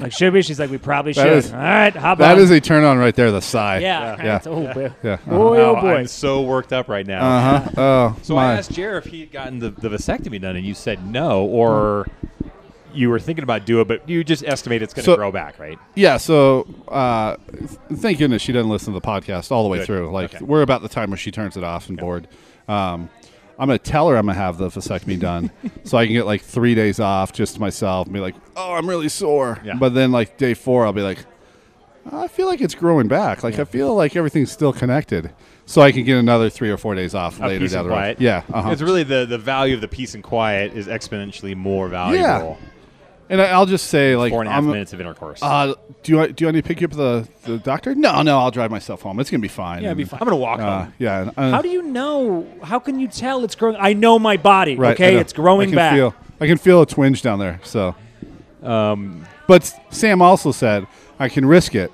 S2: Like, should we? She's like, we probably
S3: That
S2: should.
S3: is-
S2: All right, hop
S3: That
S2: on.
S3: is a turn on right there. The sigh.
S2: yeah.
S3: Yeah.
S2: It's- oh, boy.
S3: Yeah.
S2: Boy, oh,
S1: Oh,
S2: boy.
S1: I'm so worked up right now.
S3: Uh huh. Oh
S1: So I
S3: my.
S1: asked Jer if he had gotten the, the vasectomy done, and you said no, or you were thinking about do it, but you just estimate it's going to
S3: So-
S1: grow back, right?
S3: yeah. So uh, th- thank goodness she doesn't listen to the podcast all the way
S1: Good.
S3: through. Like
S1: Okay.
S3: we're about the time where she turns it off and bored. Um, I'm gonna tell her I'm gonna have the vasectomy done, so I can get like three days off just to myself and be like, oh, I'm really sore.
S1: Yeah.
S3: But then like day four, I'll be like, I feel like it's growing back. Like I feel like everything's still connected, so I can get another three or four days off
S1: A
S3: later
S1: peace
S3: down
S1: and
S3: the road.
S1: quiet.
S3: Yeah. Uh-huh.
S1: It's really the, the value of the peace and quiet is exponentially more valuable.
S3: And I, I'll just say, like,
S1: Four and a half
S3: I'm-
S1: minutes of intercourse.
S3: Uh, do I do I need to pick you up at the the doctor? No, no, I'll drive myself home. It's gonna be fine.
S2: Yeah, it'd be
S3: And,
S2: fine.
S1: I'm going to walk
S3: Uh,
S1: home.
S3: yeah. and, uh,
S2: How do you know? How can you tell it's growing? I know my body.
S3: right, I
S2: okay,
S3: know.
S2: it's growing
S3: I can
S2: back.
S3: Feel, I can feel a twinge down there. So, um,
S2: Um,
S3: but S- Sam also said I can risk it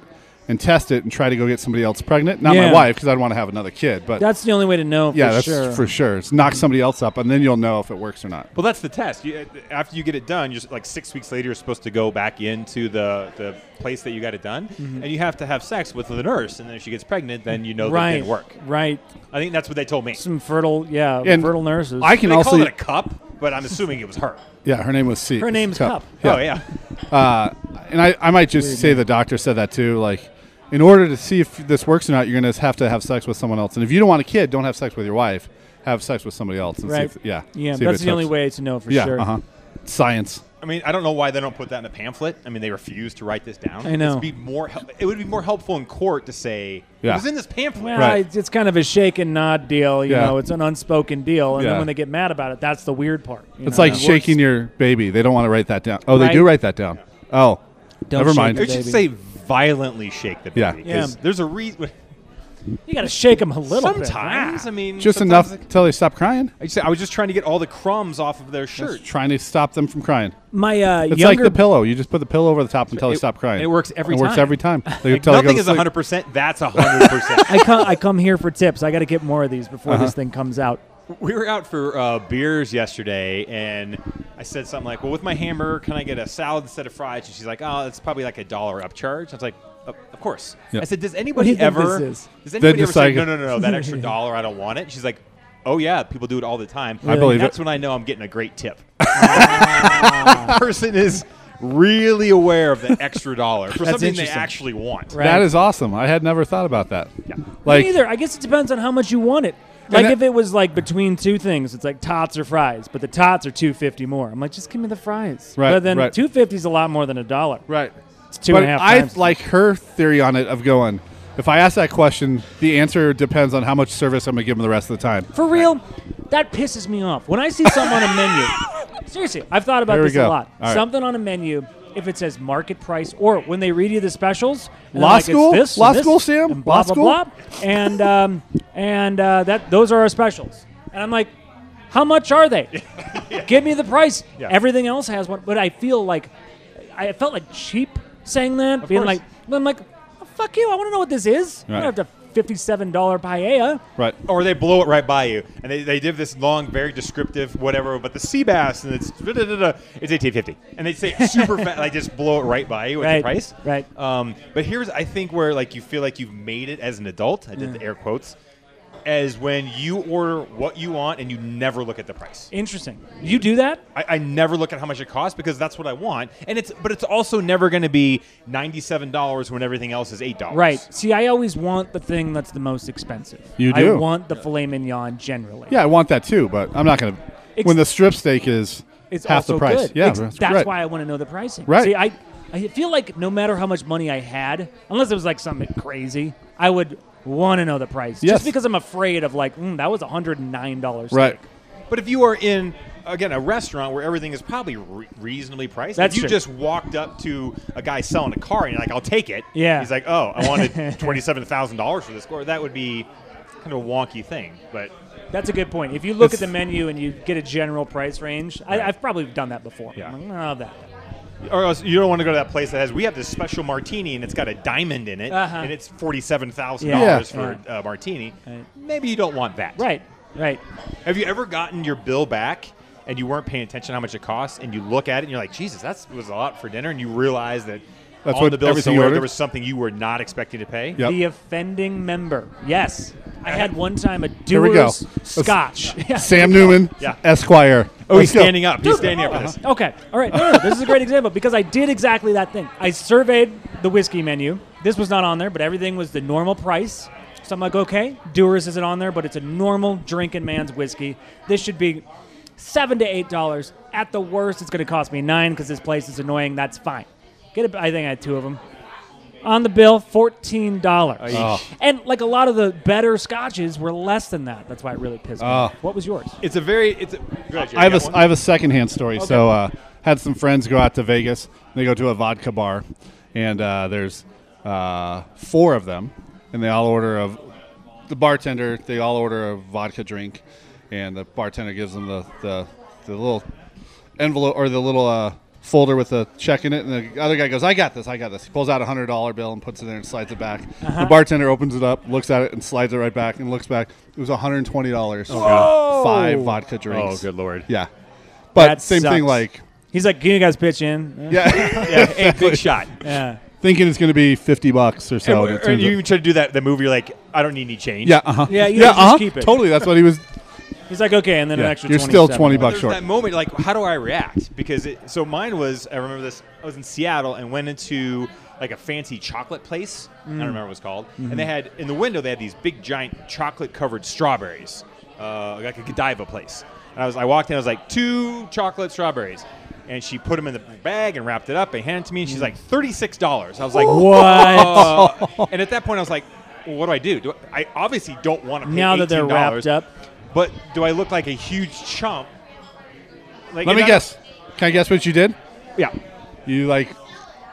S3: and test it and try to go get somebody else pregnant. Not
S2: Yeah.
S3: my wife because I'd want to have another kid. But
S2: That's the only way to know.
S3: yeah,
S2: for
S3: that's
S2: sure.
S3: for sure. It's knock somebody else up and then you'll know if it works or not.
S1: Well, that's the test. You, uh, after you get it done, you're s- like six weeks later, you're supposed to go back into the, the place that you got it done,
S3: Mm-hmm.
S1: and you have to have sex with the nurse. And then if she gets pregnant, then you know that it
S2: right.
S1: didn't work.
S2: Right.
S1: I think that's what they told me.
S2: Some fertile, yeah,
S3: And
S2: fertile nurses.
S3: I can
S1: they
S3: also
S1: called it a cup, but I'm assuming it was her.
S3: yeah. Her name was C.
S2: Her name's Cup.
S3: Yeah.
S1: Oh yeah.
S3: Uh, and I, I might just say the doctor said that too. Like, in order to see if this works or not, you're going to have to have sex with someone else. And if you don't want a kid, don't have sex with your wife. Have sex with somebody else. And see
S2: Right.
S3: if- yeah.
S2: Yeah,
S3: see if
S2: that's
S3: it
S2: the only
S3: helps.
S2: way to know for
S3: Yeah.
S2: sure.
S3: Uh-huh. Science.
S1: I mean, I don't know why they don't put that in the pamphlet. I mean, they refuse to write this down.
S2: I know.
S1: It'd be more hel- it would be more helpful in court to say it
S3: Yeah.
S1: was in this pamphlet.
S2: Well,
S3: Right.
S2: it's, it's kind of a shake and nod deal. You
S3: Yeah.
S2: know, it's an unspoken deal, and then
S3: Yeah.
S2: when they get mad about it, that's the weird part. you
S3: It's
S2: know?
S3: like
S2: Uh, It
S3: shaking
S2: works.
S3: your baby. They don't want to write that down. Oh,
S2: Right.
S3: they do write that down. Oh,
S2: Don't
S3: never
S2: shake
S1: It
S2: it.
S3: mind.
S1: should
S2: Baby.
S1: say violently shake the
S3: Yeah.
S1: baby. 'cause
S2: Yeah.
S1: There's a reason.
S2: You got to shake them a little.
S1: Sometimes
S2: bit, right?
S1: I mean,
S3: Just
S1: sometimes
S3: enough until they stop crying.
S1: I, just, I was just trying to get all the crumbs off of their shirt.
S3: Just trying to stop them from crying.
S2: My uh,
S3: It's
S2: younger
S3: like the pillow. You just put the pillow over the top until they
S1: It-
S3: stop crying.
S1: and it works every
S3: It works
S1: time.
S3: every time. They-
S1: Like,
S3: until they go
S1: nothing
S3: to
S1: is
S3: sleep.
S1: 100. percent That's 100. percent
S2: I come I come here for tips. I got to get more of these
S3: Uh-huh.
S2: before this thing comes out.
S1: We were out for uh, beers yesterday, and I said something like, "Well, with my hamburger, can I get a salad instead of fries?" And she's like, "Oh, that's probably like a dollar upcharge." I was like, "Of of course."
S3: Yeah.
S1: I said, "Does
S2: do
S1: anybody
S2: you think
S1: ever?
S2: this is?
S1: Does anybody ever
S3: just
S1: say
S3: like-
S1: no, no, no, no, that extra dollar? I don't want it." And she's like, "Oh yeah, people do it all the time."
S3: I believe
S1: that's
S3: it.
S1: when I know I'm getting a great tip. the person is really aware of the extra dollar for
S2: That's
S1: something they
S2: interesting.
S1: actually want.
S2: Right.
S3: That is awesome. I had never thought about that.
S1: Yeah.
S3: Like
S2: Me neither. I guess it depends on how much you want it. Like
S3: that-
S2: if it was like between two things, it's like tots or fries, but the tots are two fifty more. I'm like, just give me the fries.
S3: Right,
S2: But then
S3: right.
S2: two fifty is a lot more than a dollar.
S3: Right. It's
S2: two
S3: but
S2: and a half
S3: I
S2: times.
S3: like her theory on it of going. If I ask that question, the answer depends on how much service I'm gonna give them the rest of the time.
S2: For real, that pisses me off. When I see something on a menu, seriously, I've thought about
S3: There we
S2: this a
S3: go.
S2: lot.
S3: All right.
S2: Something on a menu, if it says market price, or when they read you the specials, and
S3: Law
S2: they're like, it's
S3: school?
S2: this, and
S3: Law
S2: this,
S3: school, Sam?
S2: and blah
S3: Law
S2: blah
S3: school?
S2: blah, and um, and uh, that those are our specials. And I'm like, how much are they? Give me the price.
S1: Yeah.
S2: Everything else has one, but I feel like I felt like cheap saying that, being
S1: course.
S2: like, I'm like, oh, fuck you. I want to know what this is. I
S3: Right.
S2: don't have to. $57 paella.
S3: Right.
S1: Or they blow it right by you, and they, they give this long, very descriptive whatever. But the sea bass, and it's da, da, da, da, it's eighteen fifty, and they say it super fast, like just blow it right by you at
S2: Right,
S1: the price.
S2: right.
S1: Um, but here's I think where like you feel like you've made it as an adult. I did
S2: Mm.
S1: the air quotes, as when you order what you want and you never look at the price.
S2: Interesting. You do that?
S1: I, I never look at how much it costs because that's what I want, and it's but it's also never going to be ninety seven dollars when everything else is eight dollars.
S2: Right. See, I always want the thing that's the most expensive.
S3: You
S2: I
S3: do.
S2: want the filet mignon generally.
S3: Yeah, I want that too, but I'm not gonna.
S2: Ex-
S3: when the strip steak is
S2: It's
S3: half
S2: also
S3: the price.
S2: good.
S3: Yeah,
S2: Ex-
S3: that's,
S2: that's,
S3: right.
S2: why I want to know the pricing.
S3: Right.
S2: See, I, I feel like no matter how much money I had, unless it was like something crazy, I would want to know the price.
S3: Yes.
S2: Just because I'm afraid of like, mm, that was $109. steak."
S3: Right.
S1: But if you are in again a restaurant where everything is probably re- reasonably priced,
S2: That's
S1: if you
S2: true.
S1: just walked up to a guy selling a car and you're like, "I'll take it,"
S2: Yeah.
S1: he's like, "Oh, I wanted twenty-seven thousand dollars for this car." That would be kind of a wonky thing, but
S2: That's a good point. If you look
S3: It's-
S2: at the menu and you get a general price range, I, I've probably done that before.
S1: Yeah.
S2: I'm like, "Oh, that.
S1: or else you don't want to go to that place that has we have this special martini and it's got a diamond in it
S2: Uh-huh.
S1: and it's forty-seven thousand
S3: Yeah.
S1: dollars for a martini.
S2: Right.
S1: Maybe you don't want that.
S2: Right. Right.
S1: Have you ever gotten your bill back and you weren't paying attention how much it costs, and you look at it and you're like, Jesus, that was a lot for dinner, and you realize that
S3: That's
S1: on
S3: what-
S1: the bill
S3: everything you
S1: somewhere
S3: ordered?
S1: there was something you were not expecting to pay.
S3: Yep.
S2: The offending member. Yes. I had one time a
S3: Here we go.
S2: doer's scotch. Yeah.
S3: Sam Newman,
S1: Yeah.
S3: Esquire.
S1: Oh, he's
S3: Let's go.
S1: standing up. He's standing up for this.
S2: uh-huh. Okay. All right. No, no, this is a great example because I did exactly that thing. I surveyed the whiskey menu. This was not on there, but everything was the normal price. So I'm like, okay, Dewar's isn't on there, but it's a normal drinking man's whiskey. This should be seven to eight dollars. At the worst, it's going to cost me nine because this place is annoying. That's fine. Get it. I think I had two of them. On the bill, fourteen dollars,
S3: Oh.
S2: and like a lot of the better scotches were less than that. That's why it really pissed me. off.
S3: Oh.
S2: What was yours?
S1: It's a very. It's. A, go ahead, Jerry,
S3: I have
S1: you
S3: a,
S1: got
S3: s-
S1: one?
S3: I have a secondhand story. So uh, had some friends go out to Vegas. And they go to a vodka bar, and uh, there's uh, four of them, and they all order of the bartender. They all order a vodka drink, and the bartender gives them the the, the little envelope or the little uh, folder with the check in it, and the other guy goes, "I got this, I got this." He pulls out a hundred dollar bill and puts it in and slides it back.
S1: Uh-huh.
S3: The bartender opens it up, looks at it, and slides it right back, and looks back. It was one hundred twenty dollars for five vodka drinks.
S1: Oh, good lord.
S3: Yeah. But
S2: That
S3: same thing
S2: sucks.
S3: like
S2: He's like, can you guys pitch in?
S3: yeah,
S1: Yeah, hey, big shot.
S2: Yeah.
S3: thinking it's going to be 50 bucks or so.
S1: Or-
S3: and it
S1: or
S3: turns
S1: you
S3: out-
S1: even try to do that the movie. You're like, I don't need any change.
S3: yeah, uh-huh.
S2: Yeah, you
S3: yeah,
S2: just
S3: uh-huh.
S2: keep it.
S3: Totally. That's what he was
S2: He's like, okay, and then an
S3: yeah.
S2: extra.
S3: You're still
S2: 27.
S3: 20 bucks
S1: there's
S3: short.
S1: that moment like how do i react because it so mine was i remember this i was in seattle and went into like a fancy chocolate place i
S2: Mm.
S1: don't remember what it was called and they
S2: Mm-hmm.
S1: had in the window they had these big giant chocolate covered strawberries uh, like a godiva place and i was i walked in i was like two chocolate strawberries and she put them in the bag and wrapped it up and handed it to me and
S2: Mm.
S1: she's like $36 i was like
S2: What?
S1: uh, and at that point, I was like, well, "What do I do? Do I, I obviously don't want to pay
S2: Now that they're
S1: $18,
S2: wrapped up.
S1: But do I look like a huge chump? Like,
S3: Let
S1: and
S3: me
S1: I-
S3: guess. Can I guess what you did?
S1: Yeah,
S3: You like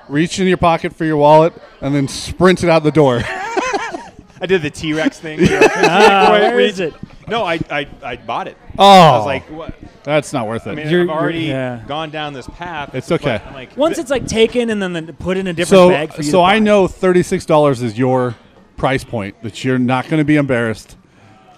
S3: reached in your pocket for your wallet and then sprinted out the door.
S1: I did the T Rex thing. where-
S2: Ah,
S1: where
S2: where
S1: we-
S2: is it?
S1: No, I, I I bought it.
S3: Oh.
S1: I was like, what?
S3: That's not worth it.
S1: I mean,
S2: You're-
S1: I've already
S2: yeah.
S1: gone down this path.
S3: It's
S1: but
S3: okay.
S1: I'm like,
S2: Once it's like taken and then the- put in a different
S3: so
S2: bag for you.
S3: so
S2: to
S3: I
S2: buy.
S3: know $36 is your price point that you're not going to be embarrassed.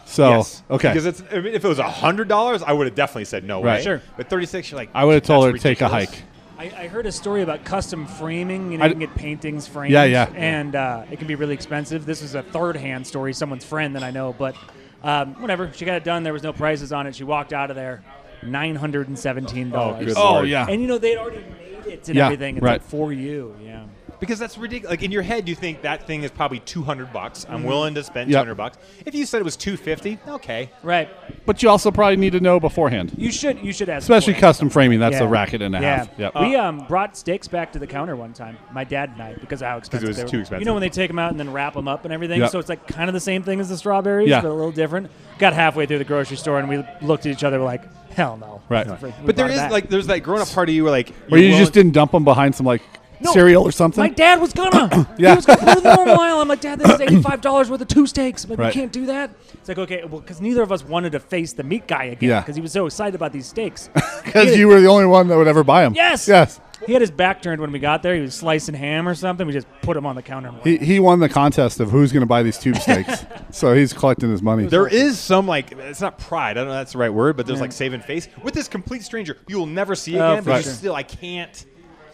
S3: So,
S1: Yes.
S3: Oh, okay.
S1: Because it's I mean, if it was hundred dollars, I would have definitely said no
S3: Right.
S1: way.
S2: Sure.
S1: But thirty six, you're like,
S3: I would have told her
S1: "That's
S3: to take a
S1: ridiculous."
S3: hike.
S2: I, I heard a story about custom framing. You know,
S3: I
S2: you can
S3: d-
S2: get paintings framed.
S3: Yeah, yeah.
S2: And uh, it can be really expensive. This is a third-hand story, someone's friend that I know, but um, whatever. She got it done. There was no prices on it. She walked out of there, nine hundred and seventeen dollars.
S1: good
S3: Oh, Lord. yeah.
S2: And you know they'd already made it and
S3: Yeah,
S2: everything. It's
S3: right.
S2: like for you. Yeah.
S1: Because that's ridiculous. Like in your head, you think that thing is probably two hundred bucks. I'm willing to spend
S3: Mm-hmm.
S1: two
S3: Yep.
S1: hundred bucks. If you said it was two fifty, okay.
S2: Right.
S3: But you also probably need to know beforehand.
S2: You should. You should ask.
S3: Especially
S2: for it.
S3: custom framing, that's a
S2: Yeah.
S3: racket and a
S2: yeah.
S3: half. Yep.
S2: We um, brought steaks back to the counter one time, my dad and I, because of how expensive
S1: was
S2: they were.
S1: too expensive.
S2: You know when they take them out and then wrap them up and everything,
S3: Yep.
S2: so it's like kind of the same thing as the strawberries,
S3: Yeah.
S2: but a little different. Got halfway through the grocery store and we looked at each other like, hell no.
S3: Right.
S2: We
S3: But
S2: brought
S1: But there
S2: it
S1: is
S2: back.
S1: like there's that grown up part of you where like
S3: Or you
S1: you're willing-
S3: just didn't dump them behind some like
S2: No,
S3: cereal or something.
S2: My dad was gonna.
S3: Yeah.
S2: He was gonna put it in the normal aisle. I'm like, Dad, this is eighty-five dollars worth of two steaks. I'm like,
S3: Right.
S2: we can't do that. It's like, okay, well, because neither of us wanted to face the meat guy again
S3: Yeah.
S2: because he was so excited about these steaks.
S3: Because you were the only one that would ever buy them.
S2: Yes.
S3: Yes.
S2: He had his back turned when we got there. He was slicing ham or something. We just put him on the counter. And
S3: He, he won the contest of who's going to buy these tube steaks. so he's collecting his money.
S1: there is some like it's not pride. I don't know if that's the right word, but there's
S2: Yeah.
S1: like saving face with this complete stranger you will never see
S2: Oh,
S1: again.
S2: for
S1: but you
S2: sure.
S1: still I can't.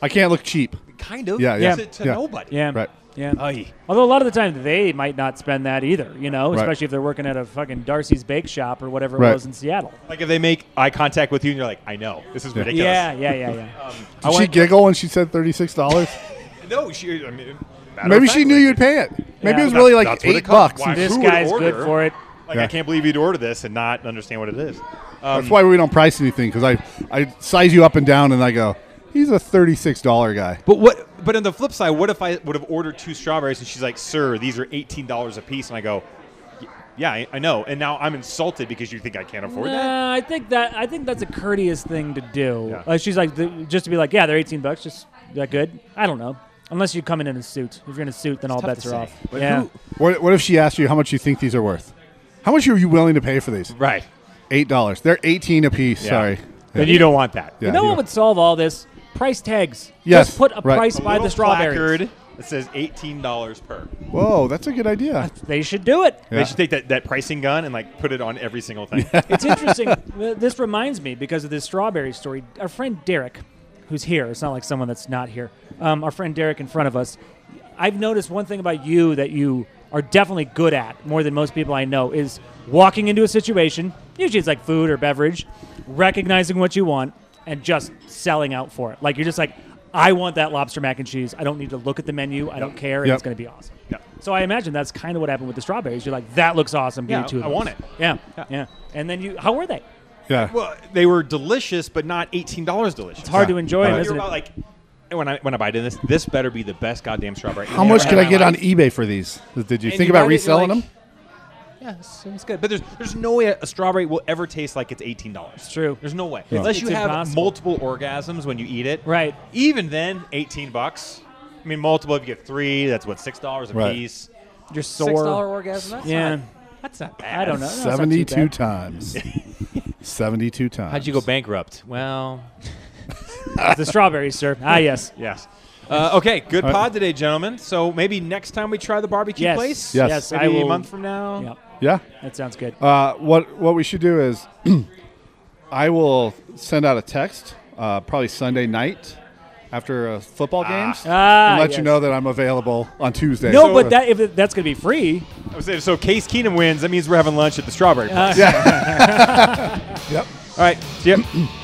S3: I can't look cheap.
S1: Kind of.
S3: Yeah, yeah.
S1: To, to
S3: Yeah.
S1: nobody.
S2: yeah,
S3: Right.
S2: Yeah.
S1: Ay.
S2: Although a lot of the time they might not spend that either. You know,
S3: Right.
S2: especially if they're working at a fucking Darcy's Bake Shop or whatever
S3: Right.
S2: it was in Seattle.
S1: Like if they make eye contact with you and you're like, I know this is ridiculous.
S2: Yeah, yeah, yeah, yeah.
S1: Uh,
S3: Did she giggle when she said thirty-six dollars?
S1: No, she. I mean, matter
S3: Maybe
S1: of
S3: she
S1: fact,
S3: knew
S1: like,
S3: you'd pay it. Maybe it was
S1: That-
S3: really like
S1: that's what it
S3: eight
S1: costs.
S3: bucks.
S1: Why-
S2: this
S1: Who would
S2: guy's good
S1: order?
S2: for it.
S1: Like
S3: Yeah.
S1: I can't believe you'd order this and not understand what it is. um,
S3: That's why we don't price anything because I I size you up and down and I go, he's a thirty-six dollar guy.
S1: But what? But on the flip side, what if I would have ordered two strawberries and she's like, "Sir, these are eighteen dollars a piece," and I go, "Y- "Yeah, I, I know," and now I'm insulted because you think I can't afford that.
S2: Nah, I think that I think that's a courteous thing to do.
S1: Yeah.
S2: Like, she's like, th- just to be like, yeah, they're eighteen bucks. Just is that good? I don't know. Unless you come in in a suit. If you're in a suit, then all
S1: tough
S2: bets
S1: to
S2: are
S1: say.
S2: off.
S1: But
S2: yeah.
S1: who-
S3: What, what if she asked you how much you think these are worth? How much are you willing to pay for these?
S1: Right.
S3: Eight dollars. They're eighteen a piece.
S1: Yeah.
S3: Sorry.
S1: And you don't want that.
S3: Yeah.
S2: You know
S3: you
S2: what
S3: don't-
S2: would solve all this? Price tags.
S3: Yes,
S2: Just put a
S3: right.
S2: price
S1: A
S2: by
S1: little
S2: the strawberries.
S1: placard that says eighteen dollars per.
S3: Whoa, that's a good idea.
S2: They should do it.
S1: They
S3: Yeah.
S1: should take that, that pricing gun and like put it on every single thing.
S2: It's interesting. Uh, this reminds me because of this strawberry story. Our friend Derek, who's here, it's not like someone that's not here. Um, our friend Derek in front of us. I've noticed one thing about you that you are definitely good at more than most people I know is walking into a situation. Usually it's like food or beverage, recognizing what you want and just selling out for it. Like you're just like, I want that lobster mac and cheese. I don't need to look at the menu. I don't care. and
S3: Yep.
S2: It's going to be awesome.
S1: Yep.
S2: So I imagine that's kind of what happened with the strawberries. You're like, that looks awesome. Give
S1: Yeah,
S2: me two of
S1: I
S2: those."
S1: want it.
S2: Yeah,
S1: Yeah.
S2: yeah, And then you, how were they?
S3: yeah.
S1: well, they were delicious, but not eighteen dollars delicious.
S2: It's hard
S3: Yeah.
S2: to enjoy,
S3: Right.
S2: them,
S3: You're
S1: You're
S2: isn't it?
S1: about like when I when I bite in this, this better be the best goddamn strawberry.
S3: How much can I get on eBay for these? Did you think about reselling them?
S1: Yeah, it's, it's good, but there's there's no way a strawberry will ever taste like it's eighteen dollars.
S2: true.
S1: There's no way
S2: Yeah.
S1: unless you
S2: It's
S1: have
S2: impossible.
S1: multiple orgasms when you eat it.
S2: Right.
S1: Even then, eighteen bucks. I mean, multiple. If you get three, that's what six dollars a
S3: Right.
S1: piece.
S2: You're
S4: Six
S2: sore.
S4: dollar orgasm. That's
S2: yeah,
S4: Not, that's not bad.
S2: I don't know. No, it's not too
S3: Seventy-two
S2: bad.
S3: times. Seventy-two times.
S1: How'd you go bankrupt? Well,
S2: It's the strawberries, sir. Ah, yes.
S1: yes. Uh, okay, good
S3: All right.
S1: pod today, gentlemen. So maybe next time we try the barbecue
S2: Yes.
S1: place.
S3: Yes.
S2: I
S1: Maybe
S2: will.
S1: a month from now.
S2: Yeah,
S3: Yeah.
S2: that sounds good.
S3: Uh, what What we should do is, I will send out a text uh, probably Sunday night after uh, football games
S2: Ah,
S3: and let you
S2: yes.
S3: know that I'm available on Tuesday.
S2: No, but that if it, that's going to be free.
S1: I was saying, so Case Keenum wins. That means we're having lunch at the Strawberry Place.
S2: Uh,
S3: Yeah. yep.
S1: All right. See ya.